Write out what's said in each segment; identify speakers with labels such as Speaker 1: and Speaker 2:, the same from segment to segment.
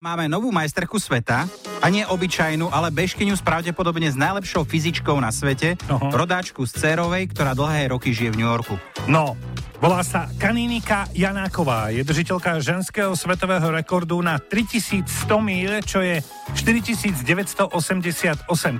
Speaker 1: Máme novú majsterku sveta, a nie obyčajnú, ale bežkyňu s pravdepodobne s najlepšou fyzičkou na svete,
Speaker 2: Aha.
Speaker 1: rodáčku z Cérovej, ktorá dlhé roky žije v New Yorku.
Speaker 2: No, volá sa Kaninika Janáková, je držiteľka ženského svetového rekordu na 3100 míl, čo je 4988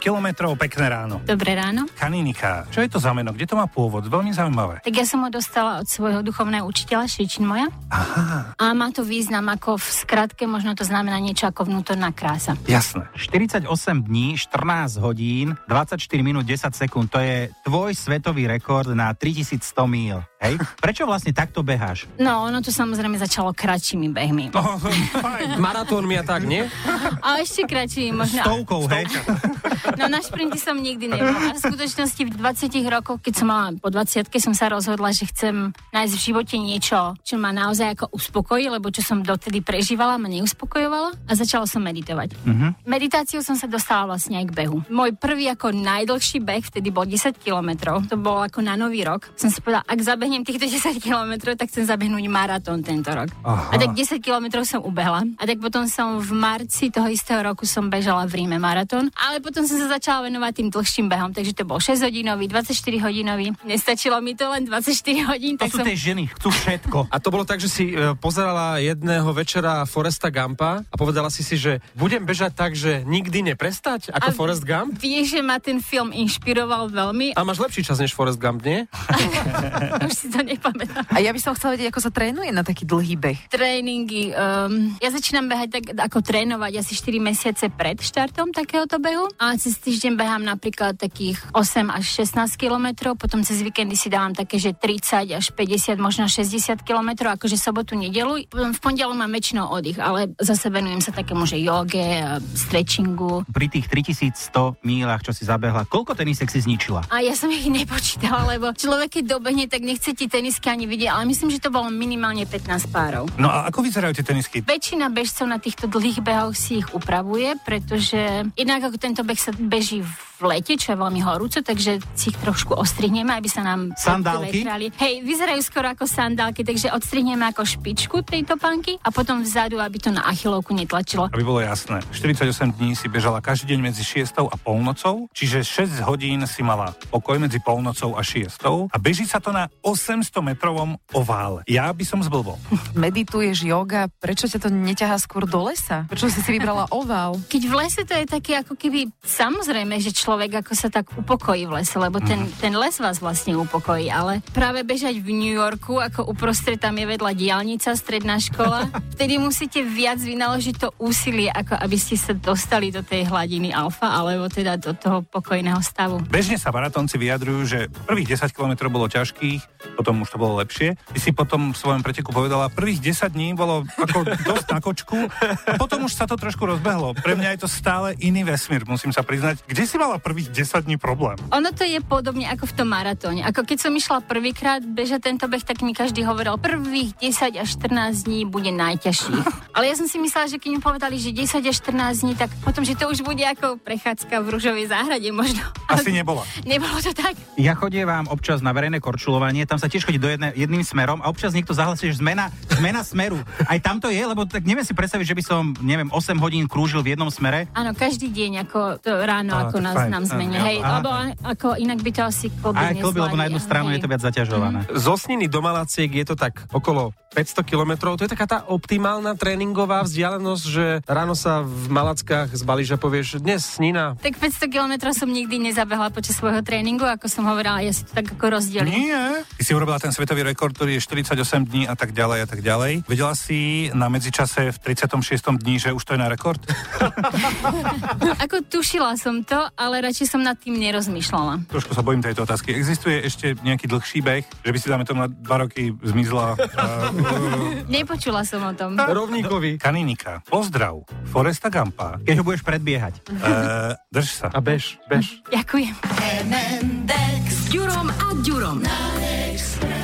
Speaker 2: kilometrov. Pekné ráno.
Speaker 3: Dobré ráno.
Speaker 2: Kaninika, čo je to za meno? Kde to má pôvod? Veľmi zaujímavé.
Speaker 3: Tak ja som ho dostala od svojho duchovného učiteľa, Švičin moja.
Speaker 2: Aha,
Speaker 3: A má to význam ako v skratke, možno to znamená niečo ako vnútorná krása.
Speaker 2: jasné.
Speaker 1: 48 dní, 14 hodín, 24 minút, 10 sekúnd, to je tvoj svetový rekord na 3100 míl. Hej? Prečo vlastne takto beháš?
Speaker 3: No, ono to samozrejme začalo kratšími behmi.
Speaker 2: No, fajn.
Speaker 4: Maratónmi a tak, nie?
Speaker 3: A ešte kratšími možno.
Speaker 1: Stovkou, hej?
Speaker 3: No na šprinty som nikdy nebola. A v skutočnosti v 20 rokoch, keď som mala po 20 som sa rozhodla, že chcem nájsť v živote niečo, čo ma naozaj ako uspokojí, lebo čo som dotedy prežívala, ma neuspokojovalo a začala som meditovať. Mm-hmm. Meditáciou som sa dostala vlastne aj k behu. Môj prvý ako najdlhší beh vtedy bol 10 kilometrov. To bolo ako na nový rok. Som si povedala, ak zabehnem týchto 10 kilometrov, tak chcem zabehnúť maratón tento rok.
Speaker 2: Aha.
Speaker 3: A tak 10 kilometrov som ubehla. A tak potom som v marci toho istého roku som bežala v Ríme maratón. Ale potom som sa začala venovať tým dlhším behom. Takže to bol 6 hodinový, 24 hodinový. Nestačilo mi to len 24 hodín.
Speaker 1: To
Speaker 3: tak
Speaker 1: sú
Speaker 3: som...
Speaker 1: tie ženy, chcú všetko.
Speaker 4: A to bolo tak, že si e, pozerala jedného večera Foresta Gumpa a povedala si si, že budem bežať tak, že nikdy neprestať, ako
Speaker 3: A-
Speaker 4: Forest Gump?
Speaker 3: Vieš, že ma ten film inšpiroval veľmi.
Speaker 4: A máš lepší čas než Forest Gump, nie?
Speaker 3: Už si to nepamätám.
Speaker 5: A ja by som chcela vedieť, ako sa trénuje na taký dlhý beh.
Speaker 3: tréningy. Um, ja začínam behať tak ako trénovať asi 4 mesiace pred štartom takéhoto behu a cez týždeň behám napríklad takých 8 až 16 kilometrov, potom cez víkendy si dávam také, že 30 až 50, možno 60 kilometrov, akože sobotu, nedelu. Potom v pondelok mám väčšinou oddych, ale zase venujem sa takému, že joge, a stretchingu.
Speaker 1: Pri tých 3100 mílach, čo si zabehla, koľko tenisek si zničila?
Speaker 3: A ja som ich nepočítala, lebo človek, keď dobehne, tak nechce ti tenisky ani vidieť, ale myslím, že to bolo minimálne 15 párov.
Speaker 2: No a ako vyzerajú tie tenisky?
Speaker 3: Väčšina bežcov na týchto dlhých behoch si ich upravuje, pretože inak ako tento beh sa beží v lete, čo je veľmi horúco, takže si ich trošku ostrihneme, aby sa nám...
Speaker 1: Sandálky?
Speaker 3: vetrali. Hej, vyzerajú skoro ako sandálky, takže odstrihneme ako špičku tejto panky a potom vzadu, aby to na achilovku netlačilo.
Speaker 2: Aby bolo jasné, 48 dní si bežala každý deň medzi 6 a polnocou, čiže 6 hodín si mala pokoj medzi polnocou a 6 a beží sa to na 800-metrovom ovále. Ja by som zblbol.
Speaker 5: Medituješ, yoga, prečo ťa to neťahá skôr do lesa? Prečo si si vybrala oval?
Speaker 3: Keď v lese to je také ako keby, samozrejme, že človek ako sa tak upokojí v lese, lebo ten, ten les vás vlastne upokojí, ale práve bežať v New Yorku, ako uprostred tam je vedľa diálnica, stredná škola, vtedy musíte viac vynaložiť to úsilie, ako aby ste sa dostali do tej hladiny alfa, alebo teda do toho pokojného stavu.
Speaker 2: Bežne sa maratónci vyjadrujú, že prvých 10 km bolo ťažkých, potom už to bolo lepšie. Ty si potom v svojom preteku povedala, prvých 10 dní bolo ako dosť na kočku a potom už sa to trošku rozbehlo. Pre mňa je to stále iný vesmír, musím sa priznať. Kde si mala prvých 10 dní problém?
Speaker 3: Ono to je podobne ako v tom maratóne. Ako keď som išla prvýkrát bežať tento beh, tak mi každý hovoril, prvých 10 až 14 dní bude najťažší. Ale ja som si myslela, že keď mi povedali, že 10 až 14 dní, tak potom, že to už bude ako prechádzka v ružovej záhrade možno.
Speaker 2: Asi
Speaker 3: Ale
Speaker 2: nebola.
Speaker 3: Nebolo to tak.
Speaker 1: Ja chodievam občas na verejné korčulovanie, tam sa tiež chodí do jedne, jedným smerom a občas niekto zahlasí, že zmena, zmena smeru. Aj tam to je, lebo tak neviem si predstaviť, že by som, neviem, 8 hodín krúžil v jednom smere.
Speaker 3: Áno, každý deň ako to ráno,
Speaker 2: Á,
Speaker 3: ako
Speaker 2: tak
Speaker 3: nás
Speaker 2: fajn.
Speaker 3: nám zmení.
Speaker 1: Áno,
Speaker 3: Hej,
Speaker 1: áno.
Speaker 3: lebo ako inak by to asi kloby
Speaker 1: A aj klobí, lebo na jednu stranu je to viac zaťažované.
Speaker 4: Zo Sniny do Malaciek je to tak okolo 500 kilometrov. To je taká tá optimálna tréningová vzdialenosť, že ráno sa v Malackách zbalíš a povieš, dnes Snina.
Speaker 3: Tak 500 kilometrov som nikdy nezabehla počas svojho tréningu, ako som hovorila, ja si to tak ako rozdelím.
Speaker 2: Nie. Ty si urobila ten svetový rekord, ktorý je 48 dní a tak ďalej a tak ďalej. Vedela si na medzičase v 36. dni, že už to je na rekord?
Speaker 3: Ako tušila som to, ale radšej som nad tým nerozmýšľala.
Speaker 2: Trošku sa bojím tejto otázky. Existuje ešte nejaký dlhší beh, že by si dáme tomu na dva roky zmizla uh,
Speaker 3: Nepočula som o tom.
Speaker 4: Rovníkovi.
Speaker 2: kaninika. Pozdrav, Foresta Gampa.
Speaker 1: Keď ho budeš predbiehať.
Speaker 2: Uh, drž sa.
Speaker 4: A bež, bež.
Speaker 3: Ďakujem.
Speaker 6: M&X.
Speaker 7: S Ďurom a Ďurom.